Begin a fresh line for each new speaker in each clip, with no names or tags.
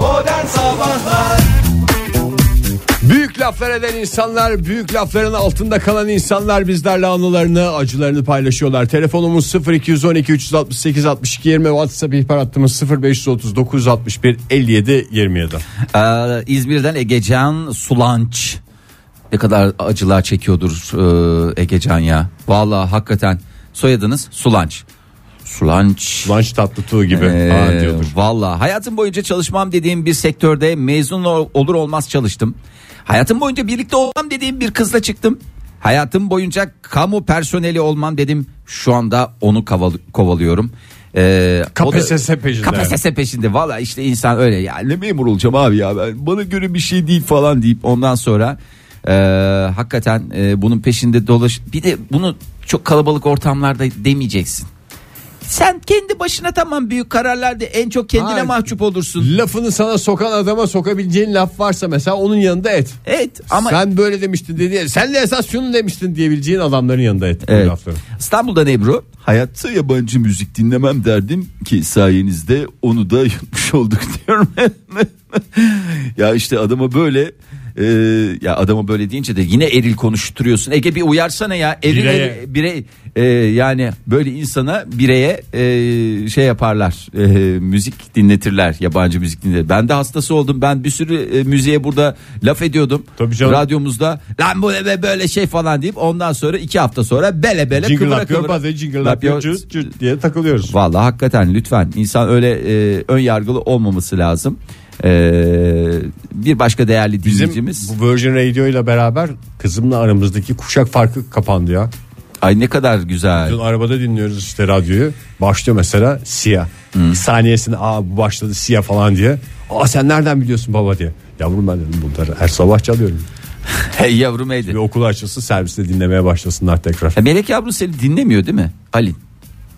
Modern Sabahlar
Büyük laflar eden insanlar, büyük lafların altında kalan insanlar bizlerle anılarını, acılarını paylaşıyorlar. Telefonumuz 0212 368 62 20, WhatsApp ihbar hattımız 0530 961 57 27.
Ee, İzmir'den Egecan Sulanç. Ne kadar acılar çekiyordur e, Egecan ya. Vallahi hakikaten soyadınız Sulanç. Sulanç.
Lunch tatlı tuğ gibi falan
Ee,
diyordur.
Valla hayatım boyunca çalışmam dediğim bir sektörde mezun ol- olur olmaz çalıştım. Hayatım boyunca birlikte olmam dediğim bir kızla çıktım. Hayatım boyunca kamu personeli olmam dedim. Şu anda onu kaval- kovalıyorum. Ee, o da-
KPSS peşinde.
KPSS peşinde. Valla işte insan öyle ya ne memur olacağım abi ya ben, bana göre bir şey değil falan deyip ondan sonra e, hakikaten e, bunun peşinde dolaş. Bir de bunu çok kalabalık ortamlarda demeyeceksin. Sen kendi başına tamam büyük kararlarda en çok kendine
Ha.
mahcup olursun.
Lafını sana sokan adama sokabileceğin laf varsa mesela onun yanında et.
Evet ama
Sen böyle demiştin dedi. Sen de esas şunu demiştin diyebileceğin adamların yanında et. bu
Evet.
lafları.
İstanbul'dan Ebru.
Hayatta yabancı müzik dinlemem derdim ki sayenizde onu da yapmış olduk diyorum. ya işte adama böyle e, ya adama
Ama böyle deyince de yine eril konuşturuyorsun. Ege bir uyarsana ya. Eril,
Bireye.
eril- birey e, yani böyle insana bireye e, şey yaparlar. e, müzik dinletirler. Yabancı müzik dinletir. Ben de hastası oldum. Ben bir sürü e, müziğe burada laf ediyordum.
Tabii canım.
Radyomuzda lan bu ne be böyle şey falan deyip ondan sonra iki hafta sonra bele bele
Jingle
kıvıra
yapıyor
kıvıra-
bazen jingle yapıyor
yapıyor.
cüt cüt diye takılıyoruz.
Vallahi hakikaten lütfen insan öyle e, ön yargılı olmaması lazım. E, bir başka değerli
Bizim
dinleyicimiz.
bu Virgin Radio ile beraber kızımla aramızdaki kuşak farkı kapandı ya.
Ay ne kadar güzel.
Dün arabada dinliyoruz işte radyoyu. Başlıyor mesela siyah. Bir saniyesinde aa bu başladı siyah falan diye. Aa sen nereden biliyorsun baba diye. Yavrum ben dedim bunları her sabah çalıyorum.
Hey yavrum Eylül.
Bir okul açılsın serviste dinlemeye başlasınlar tekrar.
Ya Melek yavrum seni dinlemiyor değil mi? Halil.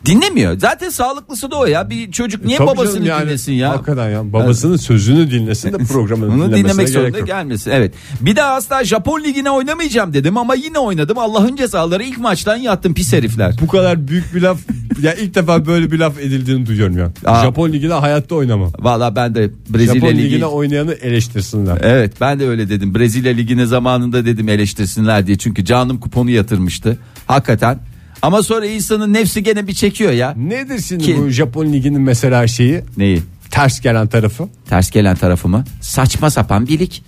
Dinlemiyor. Zaten sağlıklısı da o ya. Bir çocuk niye
E, Tabii
babasını
canım yani,
dinlesin ya?
Hakikaten ya babasının sözünü dinlesin de programını
Onu
dinlemesine
dinlemek
gerek
zorunda
yok.
gelmesin. Evet. Bir daha asla Japon ligine oynamayacağım dedim ama yine oynadım. Allah'ın cezaları ilk maçtan yattım pis herifler.
Bu kadar büyük bir laf ya ilk defa böyle bir laf edildiğini duyuyorum ya.
Aa.
Japon ligine hayatta oynamam.
Valla ben de Brezilya
Japon
ligi
ligine oynayanı eleştirsinler.
Evet ben de öyle dedim. Brezilya Ligi'ne zamanında dedim eleştirsinler diye. Çünkü canım kuponu yatırmıştı. Hakikaten. Ama sonra insanın nefsi gene bir çekiyor ya.
Nedir şimdi
Ki-
bu Japon liginin mesela şeyi
Neyi?
ters gelen tarafı?
Ters gelen tarafımı. Saçma sapan birlik.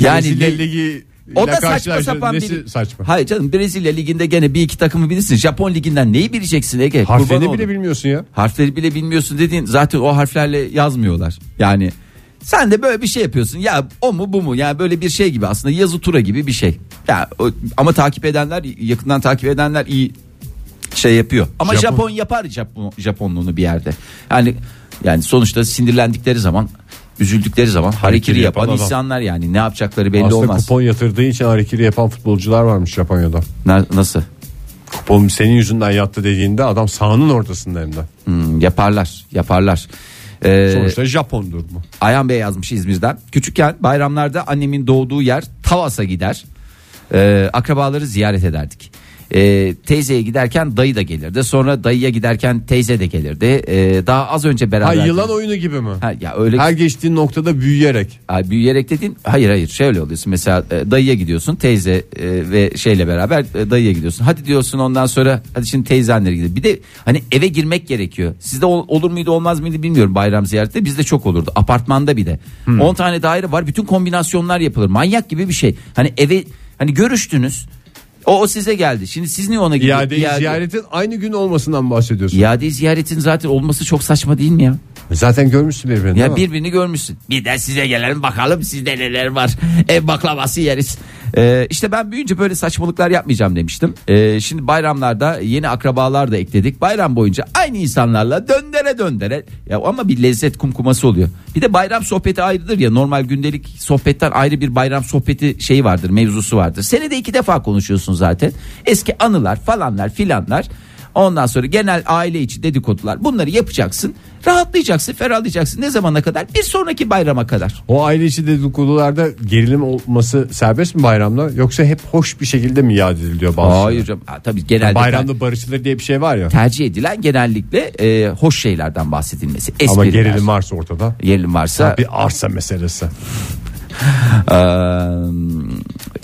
Yani
Brezilya
ne-
Ligi
o
ile
da saçma
karşılaştı.
sapan
Nesi
birlik.
saçma.
Hayır canım Brezilya Ligi'nde gene bir iki takımı bilirsin. Japon Ligi'nden neyi bileceksin Ege? Kurban
Harflerini
olayım.
bile bilmiyorsun ya.
Harfleri bile bilmiyorsun dediğin zaten o harflerle yazmıyorlar. Yani sen de böyle bir şey yapıyorsun. Ya o mu bu mu? Yani böyle bir şey gibi aslında yazı tura gibi bir şey. Ya o- ama takip edenler yakından takip edenler iyi şey yapıyor. Ama Japon,
Japon-
yapar Japon Japonluğunu bir yerde. Yani yani sonuçta sinirlendikleri zaman, üzüldükleri zaman harekiri
yapan
yapan
adam.
insanlar yani ne yapacakları belli
Aslında
olmaz.
kupon yatırdığı için hareketi yapan futbolcular varmış Japonya'da.
Na- Nasıl?
Kupon senin yüzünden yattı dediğinde adam sahanın ortasında hem de.
Hmm, yaparlar, yaparlar. Ee,
Sonuçta Japon'dur bu.
Ayhan Bey yazmış İzmir'den. Küçükken bayramlarda annemin doğduğu yer Tavas'a gider. Ee, akrabaları ziyaret ederdik. Ee, teyzeye giderken dayı da gelirdi. Sonra dayıya giderken teyze de gelirdi. Ee, daha az önce
Ha,
beraber.
yılan oyunu gibi mi?
Ha, ya öyle
Her geçtiğin noktada büyüyerek.
Ay, büyüyerek dediğin hayır hayır şöyle oluyorsun mesela e, dayıya gidiyorsun teyze e, ve şeyle beraber e, dayıya gidiyorsun hadi diyorsun ondan sonra hadi şimdi teyzenlere gidelim bir de hani eve girmek gerekiyor sizde ol- olur muydu olmaz mıydı bilmiyorum bayram ziyarette bizde çok olurdu apartmanda bir de 10 tane daire var bütün kombinasyonlar yapılır manyak gibi bir şey hani eve hani görüştünüz o, o size geldi şimdi siz niye ona gidiyorsunuz
İadeyi ziyaretin aynı gün olmasından bahsediyorsun.
İade ziyaretin zaten olması çok saçma değil mi ya?
Zaten görmüşsün birbirini
Ya
değil mi?
birbirini görmüşsün. Bir de size gelelim bakalım sizde neler var. Ev baklavası yeriz. Ee, işte ben büyüyünce böyle saçmalıklar yapmayacağım demiştim. Ee, şimdi bayramlarda yeni akrabalar da ekledik. Bayram boyunca aynı insanlarla döndere döndere. Ya ama bir lezzet kumkuması oluyor. Bir de bayram sohbeti ayrıdır ya. Normal gündelik sohbetten ayrı bir bayram sohbeti şeyi vardır, mevzusu vardır. Senede iki defa konuşuyorsun zaten. Eski anılar falanlar filanlar. Ondan sonra genel aile içi dedikodular. Bunları yapacaksın. Rahatlayacaksın, ferahlayacaksın. Ne zamana kadar? Bir sonraki bayrama kadar.
O aile içi dedikodularda gerilim olması serbest mi bayramda yoksa hep hoş bir şekilde mi yad ediliyor bazı?
Hayır canım. Ha, tabii genelde
Bayramda barışılır diye bir şey var ya.
tercih edilen genellikle e, hoş şeylerden bahsedilmesi. Espriler.
Ama gerilim varsa ortada.
Gerilim varsa.
Bir arsa meselesi.
Ee,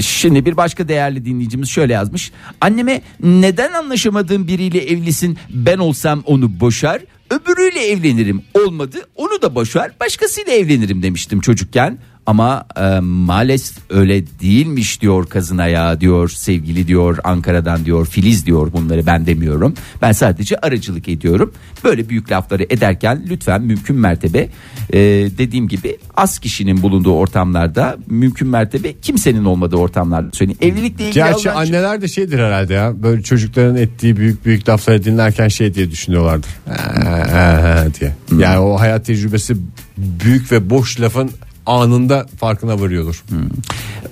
şimdi bir başka değerli dinleyicimiz şöyle yazmış. Anneme neden anlaşamadığım biriyle evlisin ben olsam onu boşar öbürüyle evlenirim olmadı onu da boşar başkasıyla evlenirim demiştim çocukken. Ama e, maalesef öyle değilmiş diyor kazına ya diyor sevgili diyor Ankara'dan diyor Filiz diyor bunları ben demiyorum. Ben sadece aracılık ediyorum. Böyle büyük lafları ederken lütfen mümkün mertebe e, dediğim gibi az kişinin bulunduğu ortamlarda mümkün mertebe kimsenin olmadığı ortamlarda söyleyin. Evlilikle ilgili
Gerçi
alınan-
anneler de şeydir herhalde ya. Böyle çocukların ettiği büyük büyük lafları dinlerken şey diye düşünüyorlardır. "Ee, ee, ee," diye. Yani o hayat tecrübesi büyük ve boş lafın anında farkına varıyordur.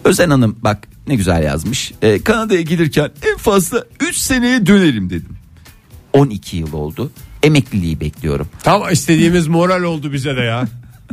Özen Hanım bak ne güzel yazmış. Ee, Kanada'ya giderken en fazla 3 seneye dönerim dedim. 12 yıl oldu. Emekliliği bekliyorum.
Tam istediğimiz moral oldu bize de ya.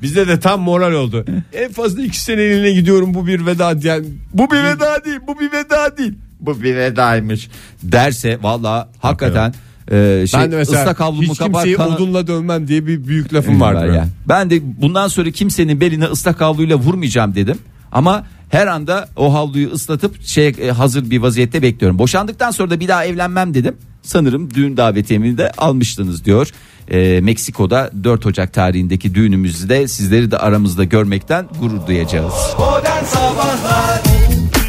Bizde de tam moral oldu. En fazla iki seneliğine gidiyorum bu bir veda diyen.
Bu bir veda değil, bu bir veda değil. Bu bir vedaymış. Derse valla hakikaten e, şey,
Ben de mesela
ıslak havlumu
hiç
kapat.
kimseyi
kana-
odunla dövmem diye bir büyük lafım vardı.
Var ya. Ben de bundan sonra kimsenin beline ıslak havluyla vurmayacağım dedim. Ama her anda o havluyu ıslatıp şey e, hazır bir vaziyette bekliyorum. Boşandıktan sonra da bir daha evlenmem dedim. Sanırım düğün davetiyemi de almıştınız diyor. E, Meksiko'da 4 Ocak tarihindeki düğünümüzde sizleri de aramızda görmekten gurur duyacağız.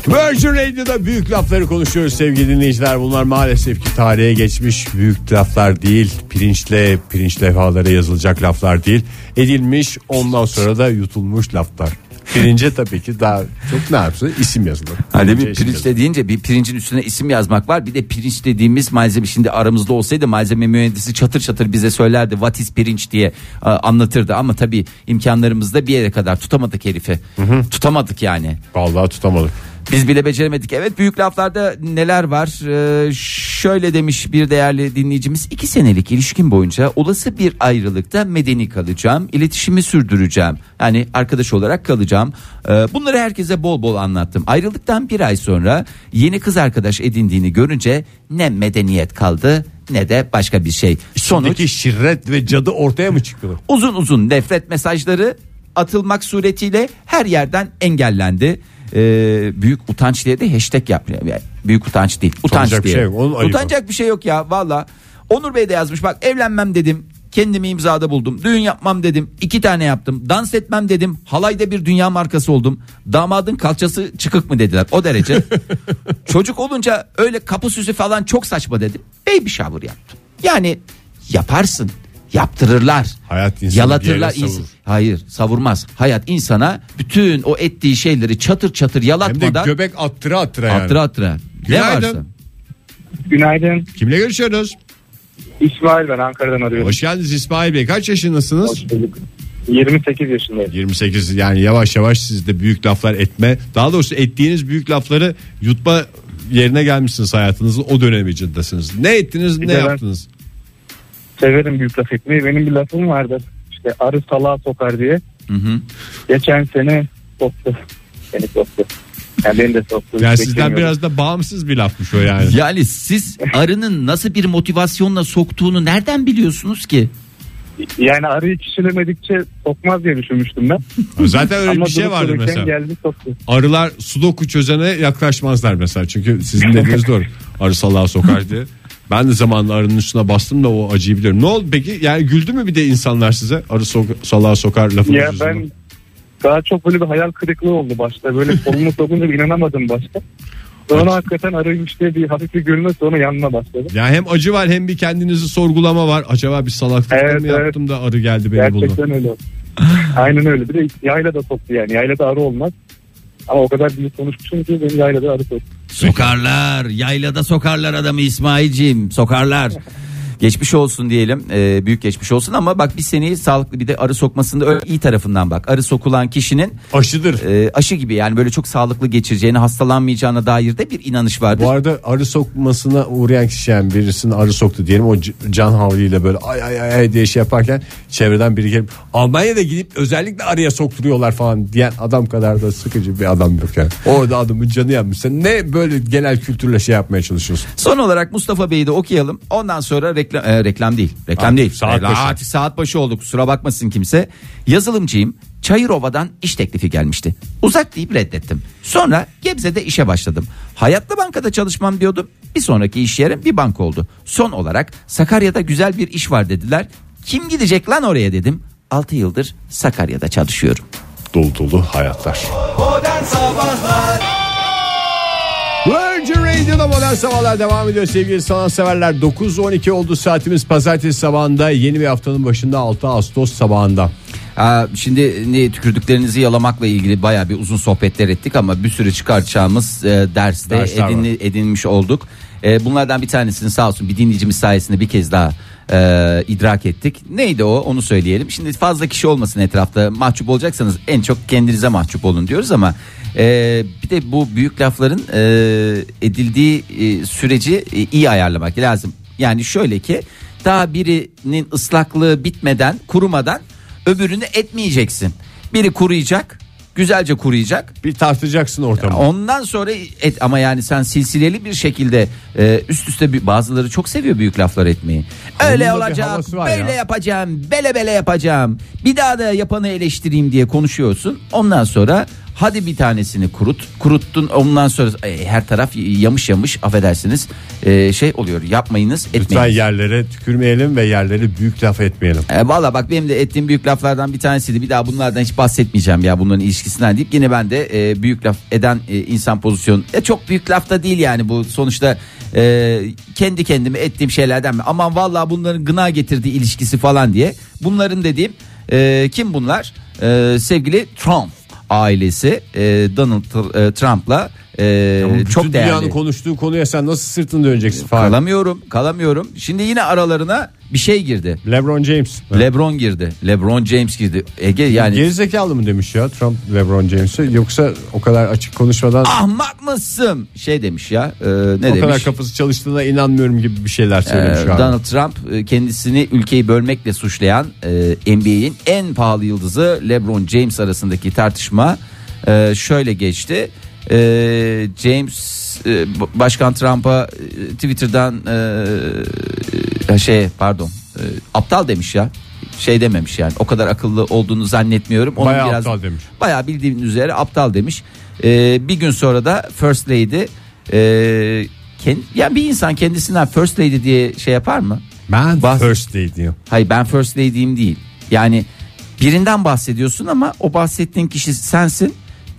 Virgin Radio'da büyük lafları konuşuyoruz sevgili dinleyiciler. Bunlar maalesef ki tarihe geçmiş büyük laflar değil. Pirinçle pirinç levhalara yazılacak laflar değil. Edilmiş ondan sonra da yutulmuş laflar. Pirince tabii ki daha çok ne yapsın isim yazılır.
Hani
Pirince
bir
isim
pirinç
yazılır.
dediğince bir pirincin üstüne isim yazmak var. Bir de pirinç dediğimiz malzeme şimdi aramızda olsaydı malzeme mühendisi çatır çatır bize söylerdi what is pirinç diye e, anlatırdı. Ama tabii imkanlarımızda bir yere kadar tutamadık herifi. Tutamadık yani.
Vallahi tutamadık.
Biz bile beceremedik. Evet büyük laflarda neler var? Ee, şöyle demiş bir değerli dinleyicimiz. iki senelik ilişkin boyunca olası bir ayrılıkta medeni kalacağım. iletişimi sürdüreceğim. Yani arkadaş olarak kalacağım. Ee, bunları herkese bol bol anlattım. Ayrılıktan bir ay sonra yeni kız arkadaş edindiğini görünce ne medeniyet kaldı ne de başka bir şey. Sonuç
Peki şirret ve cadı ortaya mı çıktı?
uzun uzun nefret mesajları atılmak suretiyle her yerden engellendi. Ee, büyük utanç diye de hashtag yapmıyor. Yani büyük utanç değil. Utanç
Utanacak bir
diye.
şey yok, onun ayıbı.
Utanacak bir şey yok ya valla. Onur Bey de yazmış bak evlenmem dedim. Kendimi imzada buldum. Düğün yapmam dedim. iki tane yaptım. Dans etmem dedim. Halayda bir dünya markası oldum. Damadın kalçası çıkık mı dediler. O derece. Çocuk olunca öyle kapı süsü falan çok saçma dedim. Baby shower yaptım. Yani yaparsın. Yaptırırlar.
Hayat insanı
Yalatırlar.
bir yere
ins-
savurur.
Hayır savurmaz. Hayat insana bütün o ettiği şeyleri çatır çatır
Hem de
yalatmadan
göbek attıra attıra yani.
attıra attıra. Ne
Günaydın.
varsa.
Günaydın.
Kimle görüşüyoruz?
İsmail ben Ankara'dan arıyorum.
Hoş geldiniz İsmail Bey. Kaç yaşındasınız?
Hoş bulduk. 28 yaşındayım.
28 yani yavaş yavaş siz de büyük laflar etme. Daha doğrusu ettiğiniz büyük lafları yutma yerine gelmişsiniz hayatınızın o dönem içindesiniz. Ne ettiniz ne
de ben-
yaptınız?
Severim büyük laf etmeyi. Benim bir lafım vardır. İşte arı salağa sokar diye.
Hı hı.
Geçen sene soktu. Beni soktu. Yani beni de soktu.
Yani
Hiç
sizden
beklemiyordum.
biraz da bağımsız bir lafmış o yani.
Yani siz arının nasıl bir motivasyonla soktuğunu nereden biliyorsunuz ki?
Yani arıyı kişilemedikçe sokmaz diye düşünmüştüm ben.
Zaten öyle
Ama
bir şey
durup
vardı
dururken
mesela.
geldi soktu.
Arılar sudoku çözene yaklaşmazlar mesela. Çünkü sizin dediğiniz doğru. Arı salağa sokar diye. Ben de zamanla arının üstüne bastım da o acıyı biliyorum. Ne oldu peki? Yani güldü mü bir de insanlar size? Arı sok- salağa sokar lafını
Ya ben daha çok böyle bir hayal kırıklığı oldu başta. Böyle kolumu sokunca bir inanamadım başta. Sonra hakikaten arıymış diye bir hafif bir gülme sonra yanına başladı.
Ya hem acı var hem bir kendinizi sorgulama var. Acaba bir salaklık
Evet,
mı
evet.
yaptım da arı geldi beni buldu.
Gerçekten öyle. Aynen öyle. Bir de yayla da soktu yani. Yayla da arı olmaz. Ama o kadar büyük konuşmuşum ki benim yayla da arı soktu.
Sokarlar yaylada sokarlar adamı İsmail'cim sokarlar. Geçmiş olsun diyelim. Ee, büyük geçmiş olsun ama bak bir seneyi sağlıklı bir de arı sokmasında öyle iyi tarafından bak. Arı sokulan kişinin
Aşıdır.
e, aşı gibi yani böyle çok sağlıklı geçireceğini, hastalanmayacağına dair de bir inanış vardır.
Bu arada arı sokmasına uğrayan kişi yani birisini arı soktu diyelim o c- can havliyle böyle ay ay ay ay diye şey yaparken çevreden biri gelip Almanya'da gidip özellikle arıya sokturuyorlar falan diyen adam kadar da sıkıcı bir adam yok yani. Orada adamın canı yanmış. Sen ne böyle genel kültürle şey yapmaya çalışıyorsun?
Son olarak Mustafa Bey'i de okuyalım. Ondan sonra reklam e, reklam değil. Reklam
Aa,
değil.
saat
Reklam-
başı.
Artık saat başı oldu. Kusura bakmasın kimse. Yazılımcıyım. Çayırova'dan iş teklifi gelmişti. Uzak deyip reddettim. Sonra Gebze'de işe başladım. Hayatlı Banka'da çalışmam diyordum. Bir sonraki iş yerim bir banka oldu. Son olarak Sakarya'da güzel bir iş var dediler. Kim gidecek lan oraya dedim. 6 yıldır Sakarya'da çalışıyorum.
Dolu dolu hayatlar. Virgin Radio'da modern sabahlar devam ediyor sevgili sanatseverler. 9-12 oldu saatimiz pazartesi sabahında yeni bir haftanın başında 6 Ağustos sabahında.
Aa, şimdi ne tükürdüklerinizi yalamakla ilgili bayağı bir uzun sohbetler ettik ama bir sürü çıkartacağımız e, derste
Dersler var.
edinli- edinmiş olduk. E, bunlardan bir tanesini sağ olsun bir dinleyicimiz sayesinde bir kez daha e, idrak ettik. Neydi o onu söyleyelim. Şimdi fazla kişi olmasın etrafta mahcup olacaksanız en çok kendinize mahcup olun diyoruz ama e, bir de bu büyük lafların e, edildiği e, süreci e, iyi ayarlamak lazım. Yani şöyle ki daha birinin ıslaklığı bitmeden kurumadan öbürünü etmeyeceksin. Biri kuruyacak güzelce kuruyacak
Bir tartacaksın ortamı.
Ondan sonra et ama yani sen silsileli bir şekilde e, üst üste bir, bazıları çok seviyor büyük laflar etmeyi. Öyle
Onun da bir
olacak,
havası var
böyle
ya.
yapacağım, bele bele yapacağım. Bir daha da yapanı eleştireyim diye konuşuyorsun. Ondan sonra hadi bir tanesini kurut. Kuruttun ondan sonra e, her taraf yamış yamış affedersiniz e, şey oluyor yapmayınız
Lütfen
etmeyin.
yerlere tükürmeyelim ve yerlere büyük laf etmeyelim.
E, Valla bak benim de ettiğim büyük laflardan bir tanesiydi. Bir daha bunlardan hiç bahsetmeyeceğim ya bunların ilişkisinden deyip yine ben de e, büyük laf eden e, insan pozisyonu. E, çok büyük laf da değil yani bu sonuçta e, kendi kendime ettiğim şeylerden mi? Aman valla bunların gına getirdiği ilişkisi falan diye. Bunların dediğim e, kim bunlar? E, sevgili Trump ailesi e, Donald Tr- e, Trump'la e,
Bütün
çok değerli.
dünyanın konuştuğu konuya sen nasıl sırtını döneceksin falan.
Kalamıyorum, kalamıyorum. Şimdi yine aralarına bir şey girdi.
LeBron James.
LeBron girdi. LeBron James girdi. Ege yani
Gerizekalı mı demiş ya Trump LeBron James'e yoksa o kadar açık konuşmadan
ahmak mısın? Şey demiş ya. e,
o
Ah, ne
kadar
demiş?
kafası çalıştığına inanmıyorum gibi bir şeyler
E,
söylemiş galiba.
Donald Trump e, kendisini ülkeyi bölmekle suçlayan e, NBA'in en pahalı yıldızı LeBron James arasındaki tartışma e, şöyle geçti. E, James e, b- Başkan Trump'a e, Twitter'dan e, e, şey pardon e, aptal demiş ya şey dememiş yani o kadar akıllı olduğunu zannetmiyorum. Onun
Bayağı
biraz,
aptal demiş.
Bayağı bildiğin üzere aptal demiş. Ee, bir gün sonra da First Lady ee, kend- yani bir insan kendisinden First Lady diye şey yapar mı?
Ben
Bas-
first day diyor.
Hayır ben First Lady'im değil. Yani birinden bahsediyorsun ama o bahsettiğin kişi sensin.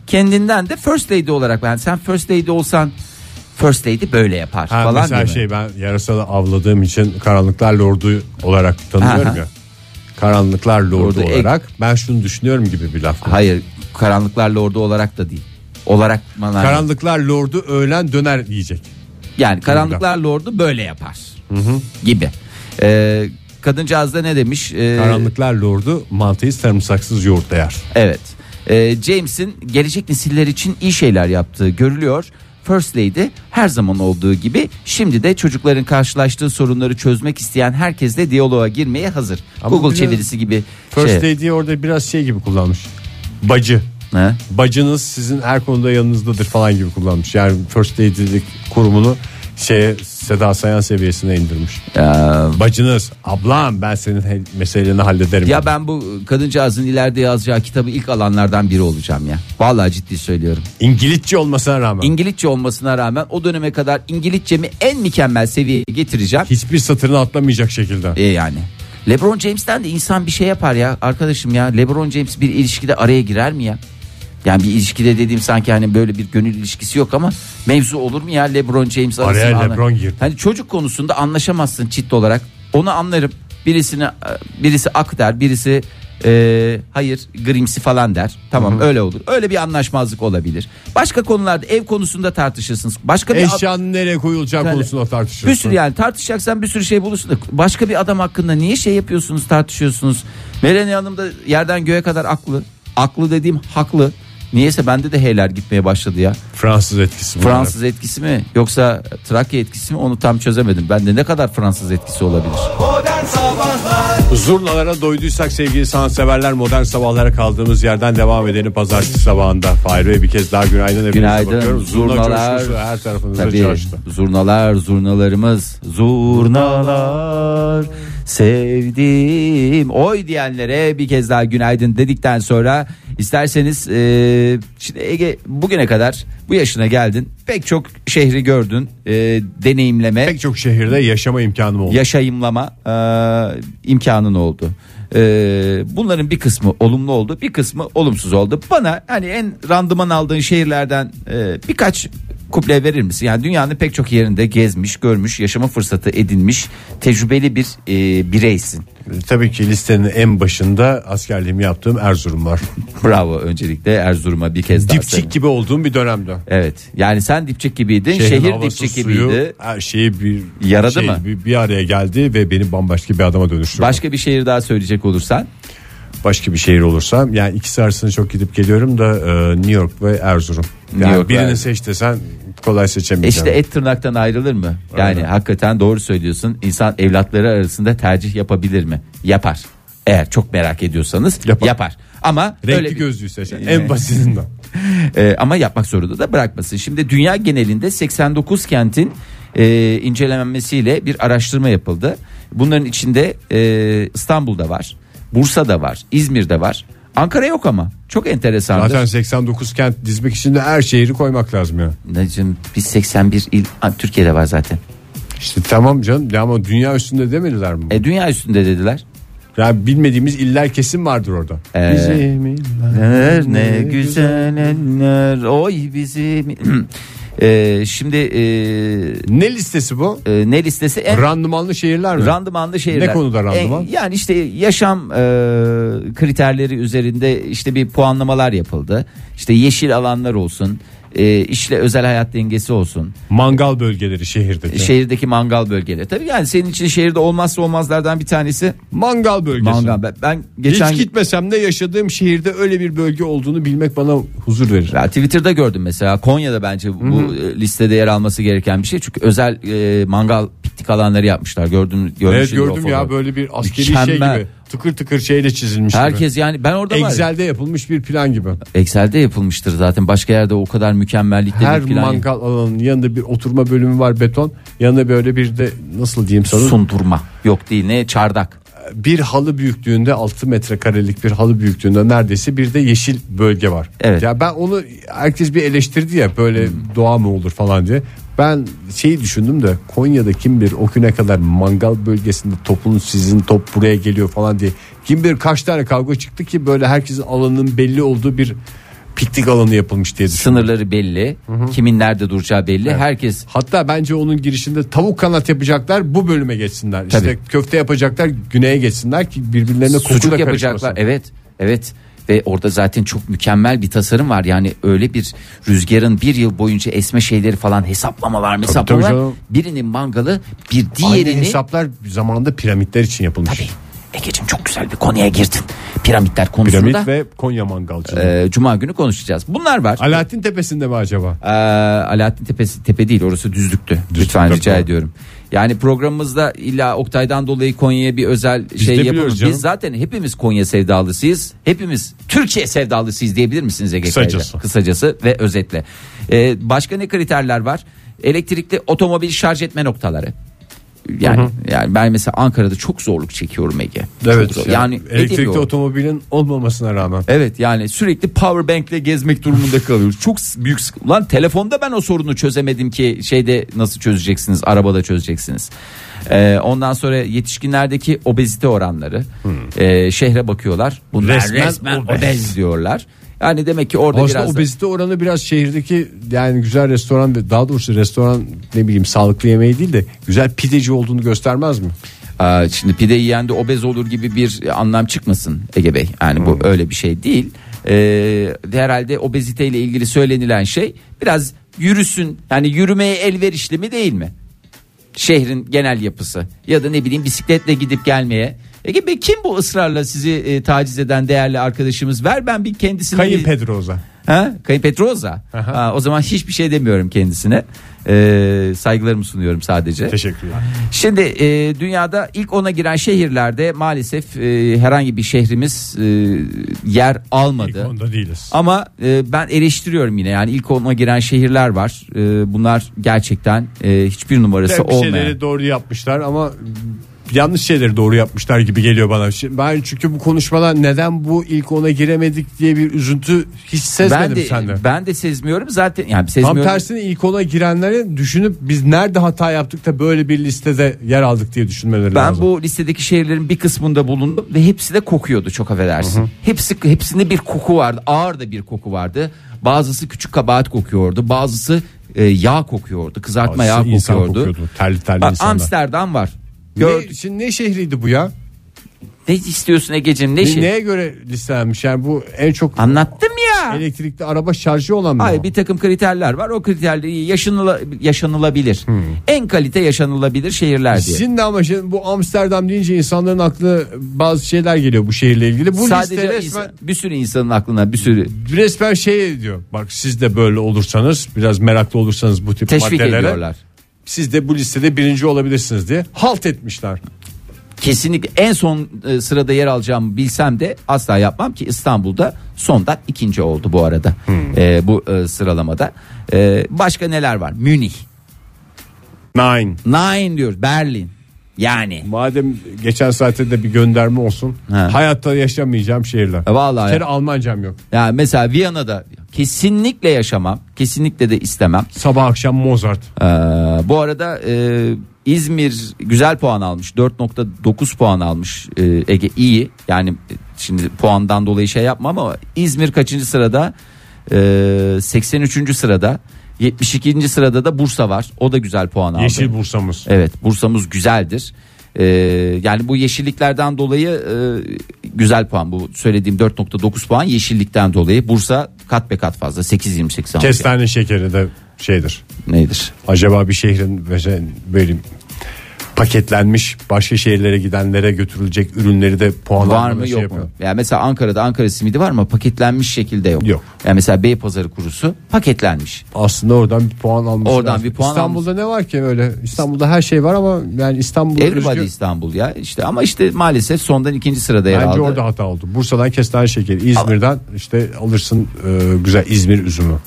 Kendinden de First Lady olarak yani sen First Lady olsan First Lady böyle yapar
Ha,
falan
mesela
değil mi?
şey ben yarasalı avladığım için karanlıklar lordu olarak tanıyorum
Aha.
ya. Karanlıklar lordu
Lordu, ek-
olarak ben şunu düşünüyorum gibi bir laf.
Hayır karanlıklar lordu olarak da değil. Olarak
Karanlıklar lordu öğlen döner yiyecek.
Yani karanlıklar lordu böyle yapar. Gibi. Ee, kadıncağız da ne demiş? Ee,
Karanlıklar lordu mantıyı sarımsaksız yoğurtla yer.
Evet. Ee, James'in gelecek nesiller için iyi şeyler yaptığı görülüyor. First Lady her zaman olduğu gibi şimdi de çocukların karşılaştığı sorunları çözmek isteyen herkesle diyaloğa girmeye hazır.
Ama
Google
biraz
çevirisi gibi.
First
şey.
Lady'yi orada biraz şey gibi kullanmış. Bacı.
Ha?
Bacınız sizin her konuda yanınızdadır falan gibi kullanmış. Yani First Lady'lik kurumunu şeye Seda Sayan seviyesine indirmiş. Bacınız, ablam ben senin he- meseleni hallederim.
Ya ben bu kadıncağızın ileride yazacağı kitabı ilk alanlardan biri olacağım ya. Vallahi ciddi söylüyorum.
İngilizce olmasına rağmen
İngilizce olmasına rağmen o döneme kadar İngilizcemi en mükemmel seviyeye getireceğim.
hiçbir satırını atlamayacak şekilde.
E yani. LeBron James'ten de insan bir şey yapar ya arkadaşım ya. LeBron James bir ilişkide araya girer mi ya? Yani bir ilişkide dediğim sanki hani böyle bir gönül ilişkisi yok ama mevzu olur mu ya LeBron James arasında?
Araya
anla-
LeBron girdi.
Hani çocuk konusunda anlaşamazsın çift olarak. Onu anlarım. Birisini birisi ak der, birisi Ee, hayır Grimsi falan der. Tamam öyle olur. Öyle bir anlaşmazlık olabilir. Başka konularda ev konusunda tartışırsınız. Başka bir
Eşyanın nereye koyulacağı
Yani-
konusunda
bir
tartışıyorsun.
sürü yani tartışacaksan bir sürü şey bulursun. da Başka bir adam hakkında niye şey yapıyorsunuz tartışıyorsunuz? Melanie Hanım da yerden göğe kadar aklı. Aklı dediğim haklı. Niyeyse bende de heyler gitmeye başladı ya.
Fransız etkisi. mi?
Fransız etkisi mi yoksa Trakya etkisi mi onu tam çözemedim. Bende ne kadar Fransız etkisi olabilir?
Zurnalara doyduysak sevgili sanatseverler modern sabahlara kaldığımız yerden devam edelim pazartesi sabahında. Fahir Bey bir kez daha günaydın hepinize
Günaydın,
bakıyorum. Zurna
zurnalar.
coşkusu her tarafınıza
Tabii
coştu.
zurnalar zurnalarımız zurnalar sevdim oy diyenlere bir kez daha günaydın dedikten sonra isterseniz e, şimdi Ege bugüne kadar bu yaşına geldin pek çok şehri gördün e, deneyimleme
Pek çok şehirde yaşama imkanım oldu.
yaşayımlama e, imkanın oldu. E, bunların bir kısmı olumlu oldu, bir kısmı olumsuz oldu. Bana hani en randıman aldığın şehirlerden e, birkaç kuple verir misin? Yani dünyanın pek çok yerinde gezmiş, görmüş, yaşama fırsatı edinmiş, tecrübeli bir e, bireysin.
Tabii ki listenin en başında askerliğimi yaptığım Erzurum var.
Bravo öncelikle Erzurum'a bir kez daha. selam.
Dipçik gibi olduğum bir dönemde.
Evet. Yani sen dipçik gibiydin,
Şehrin
şehir
havası,
dipçik
suyu,
gibiydi.
Her şeyi bir
Yaradı
şey,
mı?
Bir, bir araya geldi ve beni bambaşka bir adama dönüştürdü.
Başka bir şehir daha söyleyecek olursan
başka bir şehir olursa yani ikisi arasını çok gidip geliyorum da e, New York ve Erzurum. Yani
New York ve
birini
Erzurum.
seç desen kolay seçemeyeceğim.
İşte E et tırnaktan ayrılır mı? Yani hakikaten doğru söylüyorsun. İnsan evlatları arasında tercih yapabilir mi? Yapar. Eğer çok merak ediyorsanız yapar.
Yapar.
Ama öyle
Renkli
bir-
gözlüğü seçen
Ee,
en basitinden.
e, ama yapmak zorunda da bırakmasın. Şimdi dünya genelinde 89 kentin e, incelenmesiyle bir araştırma yapıldı. Bunların içinde e, İstanbul'da var, Bursa'da var, İzmir'de var. Ankara yok ama. Çok enteresandır.
Zaten 89 kent dizmek için de her şehri koymak lazım ya.
Nacım, biz 81 il Aa, Türkiye'de var zaten.
İşte tamam canım ya ama dünya üstünde demediler mi?
E, dünya üstünde dediler.
Yani bilmediğimiz iller kesin vardır orada.
Ee,
Bizim iller.
Eller ne güzel eller oy bizim. Ee, şimdi e,
Ne listesi bu?
e, ne listesi? En
Randımanlı şehirler mi?
randımanlı şehirler.
Ne konuda randıman?
En- yani işte yaşam e, kriterleri üzerinde işte bir puanlamalar yapıldı. İşte yeşil alanlar olsun. E, işle özel hayat dengesi olsun.
Mangal bölgeleri
E,
şehirdeki.
Şehirdeki mangal bölgeleri. Tabii yani senin için şehirde olmazsa olmazlardan bir tanesi
mangal bölgesi.
mangal. Ben, ben
Hiç
geçen
gitmesem de yaşadığım şehirde öyle bir bölge olduğunu bilmek bana huzur verir.
Ya Twitter'da gördüm mesela Konya'da bence bu e, listede yer alması gereken bir şey. Çünkü özel e, mangal piknik alanları yapmışlar. Gördün görmüşsündür
Evet
o
gördüm ya
fotoğrafı.
böyle bir askeri şey
şey Mükemmel.
gibi. Tıkır tıkır şeyle çizilmiş gibi.
Herkes yani ben orada var. ya,
şey Excel'de yapılmış bir plan gibi.
Excel'de yapılmıştır zaten. Başka yerde o kadar mükemmellikle
Her
bir plan yok.
mangal alanının yanında bir oturma bölümü var beton. Yanında böyle bir de nasıl diyeyim sana
sundurma. Yok değil ne çardak.
bir halı büyüklüğünde 6 metrekarelik bir halı büyüklüğünde neredeyse bir de yeşil bölge var.
Evet.
Ya ben onu herkes bir eleştirdi ya böyle doğa mı olur falan diye. Ben şeyi düşündüm de Konya'da kim bilir o güne kadar mangal bölgesinde topun sizin top buraya geliyor falan diye. Kim bilir kaç tane kavga çıktı ki böyle herkesin alanının belli olduğu bir piknik alanı yapılmış diye düşündüm.
Sınırları belli. Kimin nerede duracağı belli. Herkes
Hatta bence onun girişinde tavuk kanat yapacaklar bu bölüme geçsinler. İşte
Tabii.
köfte yapacaklar güneye geçsinler ki birbirlerine koku
sucuk
da
yapacaklar.
karışmasın.
Evet. Evet. Ve orada zaten çok mükemmel bir tasarım var. Yani öyle bir rüzgarın bir yıl boyunca esme şeyleri falan hesaplamalar hesaplamalar.
canım.
Birinin mangalı bir
Aynı
diğerini.
hesaplar zamanında piramitler için yapılmış.
Tabii. Egeciğim çok güzel bir konuya girdin. Piramitler konusunda.
Piramit ve Konya mangalcılığı.
e, Cuma günü konuşacağız. Bunlar var.
Alaaddin Tepesi'nde mi acaba?
Ee, Alaaddin Tepesi tepe değil orası düzlüktü. Lütfen rica
tamam.
ediyorum. Yani programımızda illa Oktay'dan dolayı Konya'ya bir özel şey
de
yapıyoruz.
biliyoruz
Biz
canım.
zaten hepimiz Konya sevdalısıyız. Hepimiz Türkiye sevdalısıyız diyebilir misiniz Ege Kayacan?
Kısacası.
Kısacası ve özetle. Ee, başka ne kriterler var? Elektrikli otomobil şarj etme noktaları. Yani yani ben mesela Ankara'da çok zorluk çekiyorum Ege. Çok zor. Yani
elektrikli
edemiyorum.
otomobilin olmamasına rağmen.
Evet yani sürekli power bank'le gezmek durumunda kalıyoruz. Çok s- büyük sık- Lan telefonda ben o sorunu çözemedim ki şeyde nasıl çözeceksiniz? Arabada çözeceksiniz. Ee, ondan sonra yetişkinlerdeki obezite oranları Ee, şehre bakıyorlar. Bunlar resmen,
Hmm. Resmen
obez.
obez.
diyorlar. Yani demek ki orada
Aslında
biraz da-
obezite oranı biraz şehirdeki yani güzel restoran ve daha doğrusu restoran ne bileyim sağlıklı yemeği değil de güzel pideci olduğunu göstermez mi?
Aa, Ee, şimdi pide yiyen de obez olur gibi bir anlam çıkmasın Ege Bey. Yani bu öyle bir şey değil. Ee, herhalde obeziteyle ilgili söylenilen şey biraz yürüsün. Yani yürümeye elverişli mi değil mi? Şehrin genel yapısı ya da ne bileyim bisikletle gidip gelmeye. Ege Bey kim bu ısrarla sizi e, taciz eden değerli arkadaşımız? Ver ben bir kendisini...
Kayın Pedroza.
Ha? Kayın Petroza.
Aha.
Ha, o zaman hiçbir şey demiyorum kendisine. Ee, saygılarımı sunuyorum sadece.
Teşekkürler.
Şimdi e, dünyada ilk ona giren şehirlerde maalesef e, herhangi bir şehrimiz e, yer
İlk
almadı.
onda değiliz.
Ama e, ben eleştiriyorum yine yani ilk ona giren şehirler var. E, bunlar gerçekten e, hiçbir numarası
Tabii bir
olmayan.
şeyleri doğru yapmışlar ama yanlış şeyleri doğru yapmışlar gibi geliyor bana. Şimdi Ben çünkü bu konuşmada neden bu ilk ona giremedik diye bir üzüntü hiç sezmedim
ben de
sende.
ben de sezmiyorum zaten yani
Tam
sezmiyorum.
tersine ilk ona girenleri düşünüp biz nerede hata yaptık da böyle bir listede yer aldık diye düşünmeleri
Ben
lazım.
bu listedeki şehirlerin bir kısmında bulundum ve hepsi de kokuyordu çok affedersin. Hepsi hepsinde bir koku vardı. Ağır da bir koku vardı. Bazısı küçük kabahat kokuyordu. Bazısı e, yağ kokuyordu. Kızartma yağı
insan
kokuyordu.
Terli terli
Bak
insanlar.
Amsterdam var. Gördük.
Ne, şimdi ne şehriydi bu ya?
Ne istiyorsun Egeciğim? Ne
Ne-
şey?
Neye göre listelenmiş? Yani bu en çok
Anlattım ya.
elektrikli araba şarjı olan mı?
Hayır
o?
bir takım kriterler var. O kriterleri yaşanıla, yaşanılabilir.
Hmm.
En kalite yaşanılabilir şehirler diye.
Şimdi ama şimdi bu Amsterdam deyince insanların aklına bazı şeyler geliyor bu şehirle ilgili. Bu
Sadece
liste
insan-
resmen,
bir sürü insanın aklına bir sürü
resmen şey diyor. Bak siz de böyle olursanız biraz meraklı olursanız bu tip
teşvik
maddelere
ediyorlar.
siz de bu listede birinci olabilirsiniz diye halt etmişler.
kesinlikle en son e, sırada yer alacağımı bilsem de asla yapmam ki İstanbul'da sondan ikinci oldu bu arada
Hmm.
E, bu e, sıralamada. E, başka neler var? Münih,
Nine.
Nine diyoruz, Berlin. Yani
Madem geçen saatte de bir gönderme olsun.
Ha.
Hayatta yaşamayacağım şehirler.
E, vallahi
Bir kere
ya.
Almancam yok.
ya mesela Viyana'da kesinlikle yaşamam, kesinlikle de istemem.
Sabah akşam Mozart.
Ee, bu arada e, İzmir güzel puan almış. 4.9 puan almış. Ee, Ege iyi. Yani e, şimdi puandan dolayı şey yapma ama İzmir kaçıncı sırada? Ee, 83. sırada. 72. sırada da Bursa var. O da güzel puan aldı.
Yeşil Bursa'mız.
Evet Bursa'mız güzeldir. Ee, yani bu yeşilliklerden dolayı e, güzel puan bu söylediğim 4.9 puan yeşillikten dolayı Bursa kat be kat fazla 8.28
Kestane şekeri de şeydir.
nedir?
Acaba bir şehrin mesela böyle paketlenmiş başka şehirlere gidenlere götürülecek ürünleri de puanlamada
var mı
şey
yok
yapıyor.
mu? Yani mesela Ankara'da Ankara simidi var mı? Paketlenmiş şekilde yok.
Yok.
Yani mesela Beypazarı kurusu paketlenmiş.
Aslında oradan bir puan almış.
Oradan
lazım.
bir puan
İstanbul'da ne var ki öyle? İstanbul'da her şey var ama yani İstanbul'da
Everybody İstanbul ya. işte ama işte maalesef sondan ikinci sırada yer
Bence
aldı.
orada hata oldu. Bursa'dan kestane şekeri, İzmir'den işte alırsın e, güzel İzmir üzümü.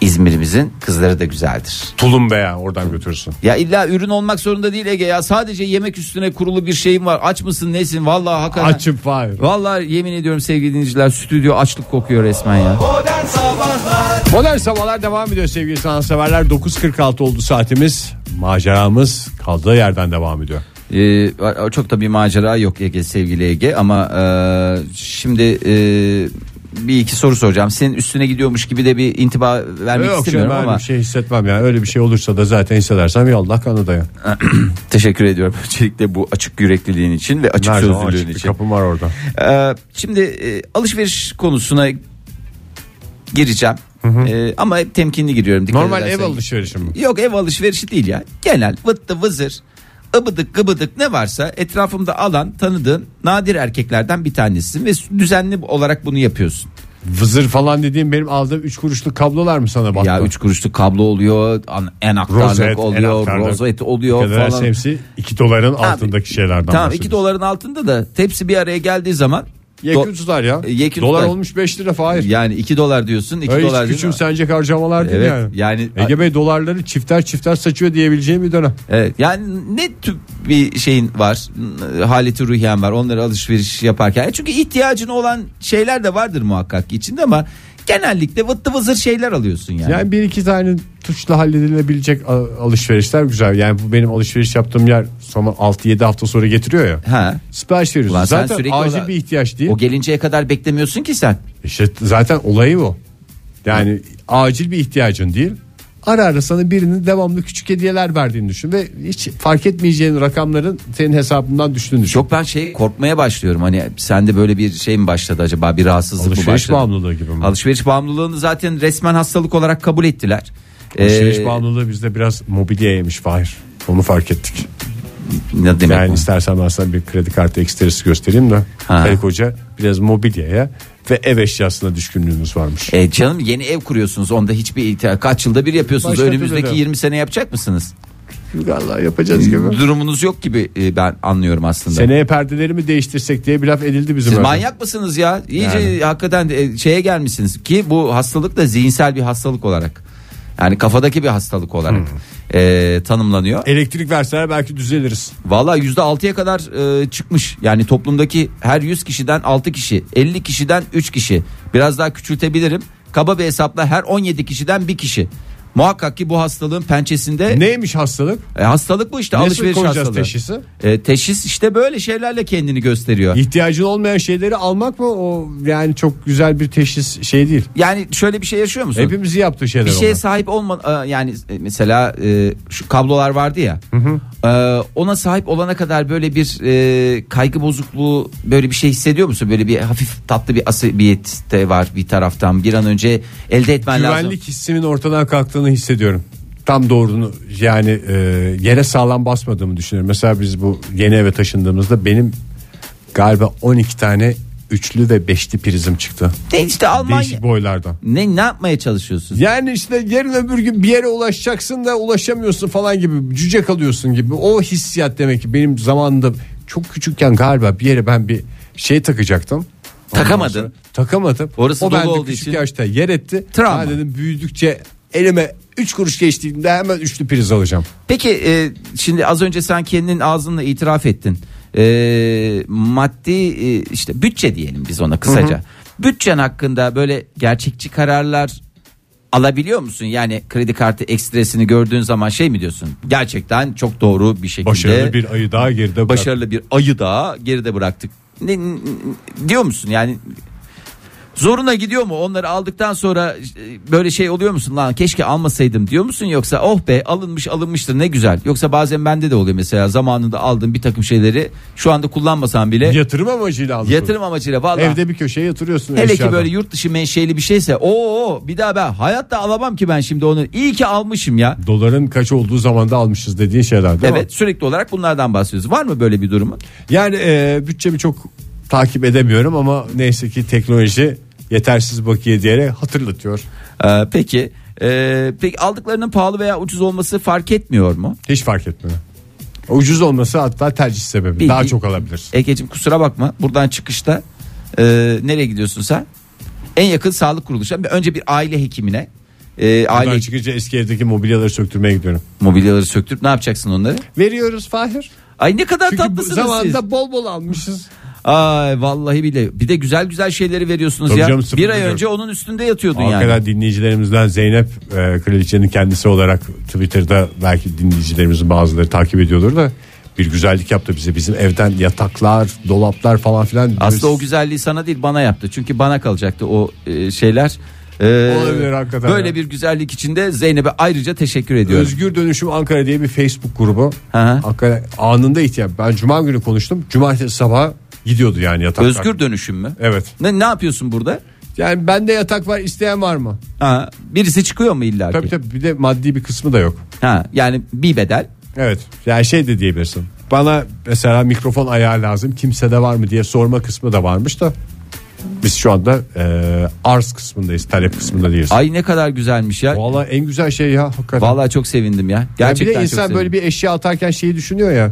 İzmir'imizin kızları da güzeldir.
Tulum veya oradan götürürsün.
Ya illa ürün olmak zorunda değil Ege ya. Sadece yemek üstüne kurulu bir şeyim var. Aç mısın nesin? Vallahi hakikaten.
Açıp hayır.
Vallahi yemin ediyorum sevgili dinleyiciler stüdyo açlık kokuyor resmen ya.
Modern Sabahlar devam ediyor sevgili sanatseverler. 9.46 oldu saatimiz. Maceramız kaldığı yerden devam ediyor.
Ee, çok da bir macera yok Ege sevgili Ege ama e, şimdi e, bir iki soru soracağım. Senin üstüne gidiyormuş gibi de bir intiba vermek
Yok canım
istemiyorum
ben
ama
bir şey hissetmem ya. Öyle bir şey olursa da zaten hissedersem ya Allah kanıda ya.
teşekkür ediyorum öncelikle bu açık yürekliliğin için ve açık
Her zaman
sözlülüğün
açık bir
için.
kapım var orada.
Ee, şimdi e, alışveriş konusuna gireceğim. Ee, ama hep temkinli giriyorum. dikkat
Normal ev
edersen.
alışverişi mi?
Yok ev alışverişi değil ya. Genel vıttı vızır ıbıdık gıbıdık ne varsa etrafımda alan tanıdığım nadir erkeklerden bir tanesisin ve düzenli olarak bunu yapıyorsun.
Vızır falan dediğim benim aldığım 3 kuruşluk kablolar mı sana baktı?
Ya üç kuruşluk kablo oluyor, an- en aktarlık
Rozet,
oluyor,
enaktarlık.
rozet
Ne
oluyor
kadar
falan.
hepsi 2 doların altındaki şeylerden
Tamam
bahsediyoruz.
2 doların altında da tepsi bir araya geldiği zaman
Yekün
do-
tutar ya.
Yekün
Dolar
tutar.
olmuş 5 lira Fahir.
yani 2 dolar diyorsun 2
Öyle
dolar
hiç
diyorsun.
küçümsenecek harcamalar değil
Evet,
yani.
yani-
Ege Bey dolarları çifter çifter saçıyor diyebileceğim bir dönem.
Evet, yani ne tür bir şeyin var n- haleti ruhiyen var onları alışveriş yaparken E çünkü ihtiyacın olan şeyler de vardır muhakkak ki içinde ama genellikle vıttı vızır şeyler alıyorsun yani.
Yani bir iki tane tuşla halledilebilecek a- alışverişler güzel. Yani bu benim alışveriş yaptığım yer sonra 6-7 hafta sonra getiriyor ya.
ha.
Sipariş veriyorsun.
Ulan sen
zaten acil
sürekli olarak-
bir ihtiyaç değil.
O gelinceye kadar beklemiyorsun ki sen.
İşte zaten olayı bu. Yani acil bir ihtiyacın değil. Ara ara sana birinin devamlı küçük hediyeler verdiğini düşün ve hiç fark etmeyeceğin rakamların senin hesabından düştüğünü düşün.
Çok ben şey korkmaya başlıyorum. Hani sende böyle bir şey mi başladı acaba? Bir rahatsızlık mı
Alışveriş
başladı?
bağımlılığı gibi mi?
Alışveriş bağımlılığını zaten resmen hastalık olarak kabul ettiler.
Alışveriş
Ee,
bağımlılığı bizde biraz mobilya yemiş Fahir. Onu fark ettik.
Ne demek
Yani
bu?
istersen ben sana bir kredi kartı eksterisi göstereyim de.
Ha.
Karı koca biraz mobilyaya ve ev eşyasına düşkünlüğümüz varmış.
E canım yeni ev kuruyorsunuz onda hiçbir ihtiyaç kaç yılda bir yapıyorsunuz
Başlatın
önümüzdeki
dedim.
20 sene yapacak mısınız?
Vallahi yapacağız gibi.
Durumunuz yok gibi e, ben anlıyorum aslında.
Seneye perdeleri mi değiştirsek diye bir laf edildi bizim.
Siz
öyle.
manyak mısınız ya? İyice hakikaten e, şeye gelmişsiniz ki bu hastalık da zihinsel bir hastalık olarak. Yani kafadaki bir hastalık olarak e, tanımlanıyor.
Elektrik verseler belki düzeliriz.
Valla %6'ya kadar e, çıkmış. Yani toplumdaki her 100 kişiden 6 kişi, 50 kişiden 3 kişi. Biraz daha küçültebilirim. Kaba bir hesapla her 17 kişiden bir kişi. Muhakkak ki bu hastalığın pençesinde
Neymiş hastalık?
E, hastalık bu işte
Nasıl
alışveriş
koyacağız
hastalığı.
teşhisi?
E, teşhis işte böyle şeylerle kendini gösteriyor.
İhtiyacın olmayan şeyleri almak mı? O yani çok güzel bir teşhis şey değil.
Yani şöyle bir şey yaşıyor musun?
Hepimizi yaptığı şeyler
bir şey şeye
onlar.
sahip olma e, yani e, mesela e, şu kablolar vardı ya. E, ona sahip olana kadar böyle bir e, kaygı bozukluğu böyle bir şey hissediyor musun? Böyle bir hafif tatlı bir asabiyet de var bir taraftan. Bir an önce elde etmen lazım.
Güvenlik hissinin ortadan kalktığını hissediyorum. Tam doğrunu yani e, yere sağlam basmadığımı düşünüyorum. Mesela biz bu yeni eve taşındığımızda benim galiba 12 tane üçlü ve beşli prizim çıktı.
De işte Almanya
Değişik boylardan.
ne ne yapmaya çalışıyorsun?
Yani işte yarın öbür gün bir yere ulaşacaksın da ulaşamıyorsun falan gibi cüce kalıyorsun gibi o hissiyat demek ki benim zamanımda çok küçükken galiba bir yere ben bir şey takacaktım. Ondan
Takamadın.
sonra Takamadım.
Orası
o
dolu
bende
olduğu
küçük
için.
yaşta yer etti.
Travma.
Ben dedim büyüdükçe elime 3 kuruş geçtiğinde hemen üçlü priz alacağım.
Peki e, şimdi az önce sen kendin ağzınla itiraf ettin. E, maddi e, işte bütçe diyelim biz ona kısaca. Bütçen hakkında böyle gerçekçi kararlar alabiliyor musun? Yani kredi kartı ekstresini gördüğün zaman şey mi diyorsun? Gerçekten çok doğru bir şekilde
Başarılı bir ayı daha geride bıraktım.
başarılı bir ayı daha geride bıraktık. Ne, n- diyor musun yani? Zoruna gidiyor mu? Onları aldıktan sonra e, böyle şey oluyor musun lan? Keşke almasaydım diyor musun? Yoksa oh be alınmış alınmıştır ne güzel. Yoksa bazen bende de oluyor mesela zamanında aldığım bir takım şeyleri şu anda kullanmasam bile
Yatırım amacıyla aldım.
yatırım amacıyla vallahi
Evde bir köşeye yatırıyorsun.
Hele ki
eşyadan.
böyle yurt dışı menşeli bir şeyse o bir daha ben hayatta alamam ki ben şimdi onu. İyi ki almışım ya.
Doların kaç olduğu zamanda almışız dediğin şeyler değil mi?
evet sürekli olarak bunlardan bahsediyoruz. Var mı böyle bir durumun?
Yani e, bütçemi çok takip edemiyorum ama neyse ki teknoloji yetersiz bakiye diyerek hatırlatıyor.
Ee, peki. Ee, peki aldıklarının pahalı veya ucuz olması fark etmiyor mu?
Hiç fark etmiyor. Ucuz olması hatta tercih sebebi.
Bildi-
Daha çok alabilirsin.
Ege'cim kusura bakma buradan çıkışta ee, nereye gidiyorsun sen? En yakın sağlık kuruluşuna önce bir aile hekimine ee, aile
Ben çıkınca eski evdeki mobilyaları söktürmeye gidiyorum.
mobilyaları söktürüp ne yapacaksın onları?
Veriyoruz Fahir.
Ay ne kadar
Çünkü bu
tatlısınız
zamanında
siz.
bol bol almışız.
Ay vallahi bile bir de güzel güzel şeyleri veriyorsunuz
Tabii
ya.
canım, sıfır
bir ay
veriyorum.
önce onun üstünde yatıyordun yani.
Hakikaten dinleyicilerimizden Zeynep e, kraliçenin kendisi olarak Twitter'da belki dinleyicilerimizin bazıları takip ediyordur da bir güzellik yaptı bize. Bizim evden yataklar, dolaplar falan filan.
Aslında o güzelliği sana değil bana yaptı. Çünkü bana kalacaktı o e, şeyler. Ee,
Olabilir hakikaten
Böyle
ya.
bir güzellik içinde Zeynep'e ayrıca teşekkür ediyorum.
Özgür Dönüşüm Ankara diye bir Facebook grubu.
Hı hı.
Ankara anında ihtiyaç. Ben cuma günü konuştum. Cumartesi sabah gidiyordu yani yatak.
Özgür dönüşüm mü?
Evet.
Ne, ne yapıyorsun burada?
Yani bende yatak var isteyen var mı?
Ha, birisi çıkıyor mu illa ki?
Tabii tabii bir de maddi bir kısmı da yok.
Ha, yani bir bedel.
Evet. Yani şey de diyebilirsin. Bana mesela mikrofon ayağı lazım. Kimsede var mı diye sorma kısmı da varmış da. Biz şu anda e, arz kısmındayız. Talep kısmında değiliz.
Ay ne kadar güzelmiş ya.
Vallahi en güzel şey ya hakikaten.
Vallahi çok sevindim ya.
Yani bir
Gerçekten
de
çok
insan
sevindim.
böyle bir eşya atarken şeyi düşünüyor ya.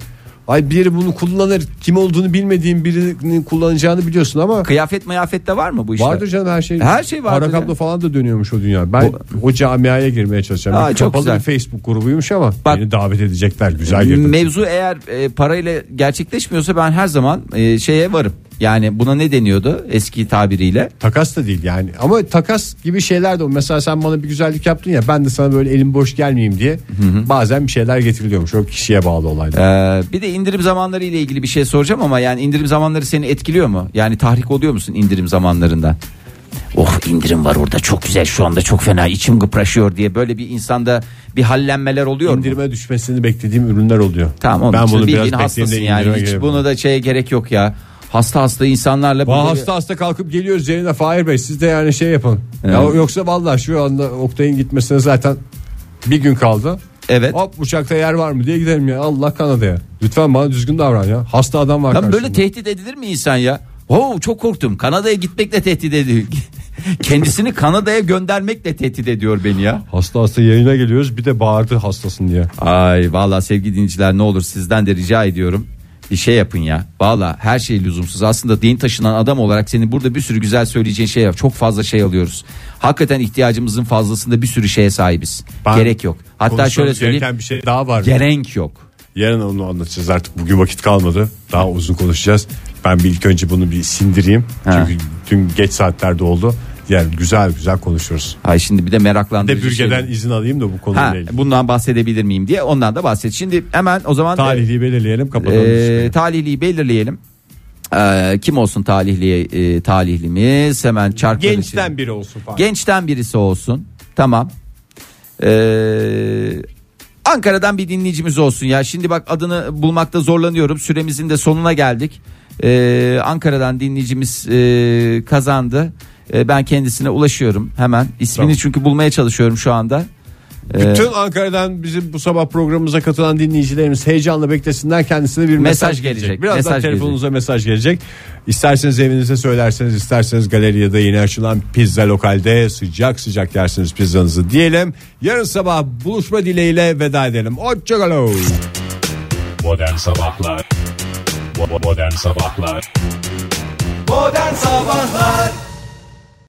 Ay biri bunu kullanır. Kim olduğunu bilmediğin birinin kullanacağını biliyorsun ama
Kıyafet mayafet de var mı bu işte?
vardır canım her şey.
Her şey vardır
Para
ya.
kablo falan da dönüyormuş o dünya. Ben o camiaya girmeye çalışacağım.
Aa,
Bir
çok
Kapalı
güzel.
bir Facebook grubuymuş ama
Bak-
beni davet edecekler. Güzel girdim.
Mevzu eğer e, parayla gerçekleşmiyorsa ben her zaman e, şeye varım. Yani buna ne deniyordu eski tabiriyle?
Takas da değil yani. Ama takas gibi şeyler de o. Mesela sen bana bir güzellik yaptın ya ben de sana böyle elim boş gelmeyeyim diye bazen bir şeyler getiriliyormuş. O kişiye bağlı olaylar.
Ee, bir de indirim zamanları ile ilgili bir şey soracağım ama yani indirim zamanları seni etkiliyor mu? Yani tahrik oluyor musun indirim zamanlarında? Oh indirim var orada çok güzel şu anda çok fena içim gıpraşıyor diye böyle bir insanda bir hallenmeler oluyor mu?
İndirime düşmesini beklediğim ürünler oluyor.
Tamam onun
ben
için
bunu
bildiğin
biraz
hastasın
bekleyeyim de
yani.
indirime
Hiç
gireyim.
bunu da şeye gerek yok ya. Hasta hasta insanlarla
Vah
böyle-
hasta hasta kalkıp geliyoruz yerine Fahir Bey siz de yani şey yapın. Ya yoksa vallahi şu anda Oktay'ın gitmesine zaten bir gün kaldı.
Evet.
Hop uçakta yer var mı diye gidelim ya Allah Kanada'ya. Lütfen bana düzgün davran ya. Hasta adam var
Lan böyle
karşımda.
tehdit edilir mi insan ya? Oo çok korktum. Kanada'ya gitmekle tehdit ediyor. Kendisini Kanada'ya göndermekle tehdit ediyor beni ya.
Hasta hasta yayına geliyoruz bir de bağırdı hastasın diye.
Ay vallahi sevgili dinleyiciler ne olur sizden de rica ediyorum. Bir şey yapın ya. Vallahi her şey lüzumsuz. Aslında din taşınan adam olarak senin burada bir sürü güzel söyleyeceğin şey var. Çok fazla şey alıyoruz. Hakikaten ihtiyacımızın fazlasında bir sürü şeye sahibiz.
Ben
Gerek yok. Hatta
Konuşmamız
şöyle söyleyeyim.
gereken bir şey daha var.
Gerenk yok.
Yarın onu anlatacağız artık bugün vakit kalmadı. Daha uzun konuşacağız. Ben bir ilk önce bunu bir sindireyim.
Ha.
Çünkü dün geç saatlerde oldu. Yani güzel güzel konuşuyoruz.
Ay şimdi bir de
Bir de
meraklandırıcı
bürgeden
şeyler.
izin alayım da bu konuyla
Ha,
ilgili.
bundan bahsedebilir miyim diye ondan da bahset. Şimdi hemen o zaman
Tarihliyi belirleyelim kapatalım.
e, talihliyi belirleyelim. Ee, kim olsun talihli e, talihlimiz hemen çarkları çizelim.
Gençten biri olsun falan.
Gençten birisi olsun. Tamam. Ee, Ankara'dan bir dinleyicimiz olsun ya. Şimdi bak adını bulmakta zorlanıyorum. Süremizin de sonuna geldik. Ee, Ankara'dan dinleyicimiz e, kazandı. Ee, ben kendisine ulaşıyorum hemen. İsmini
Tamam.
çünkü bulmaya çalışıyorum şu anda. Ee,
Bütün Ankara'dan bizim bu sabah programımıza katılan dinleyicilerimiz heyecanla beklesinler. Kendisine bir mesaj,
Mesaj
gelecek.
gelecek,
Birazdan
mesaj
telefonunuza mesaj gelecek. İsterseniz evinize söylerseniz, isterseniz galeriyada yeni açılan pizza lokalde sıcak sıcak yersiniz pizzanızı diyelim. Yarın sabah buluşma dileğiyle veda edelim. Hoşçakalın.
Modern Sabahlar Bo- bo- Modern Sabahlar
Modern Sabahlar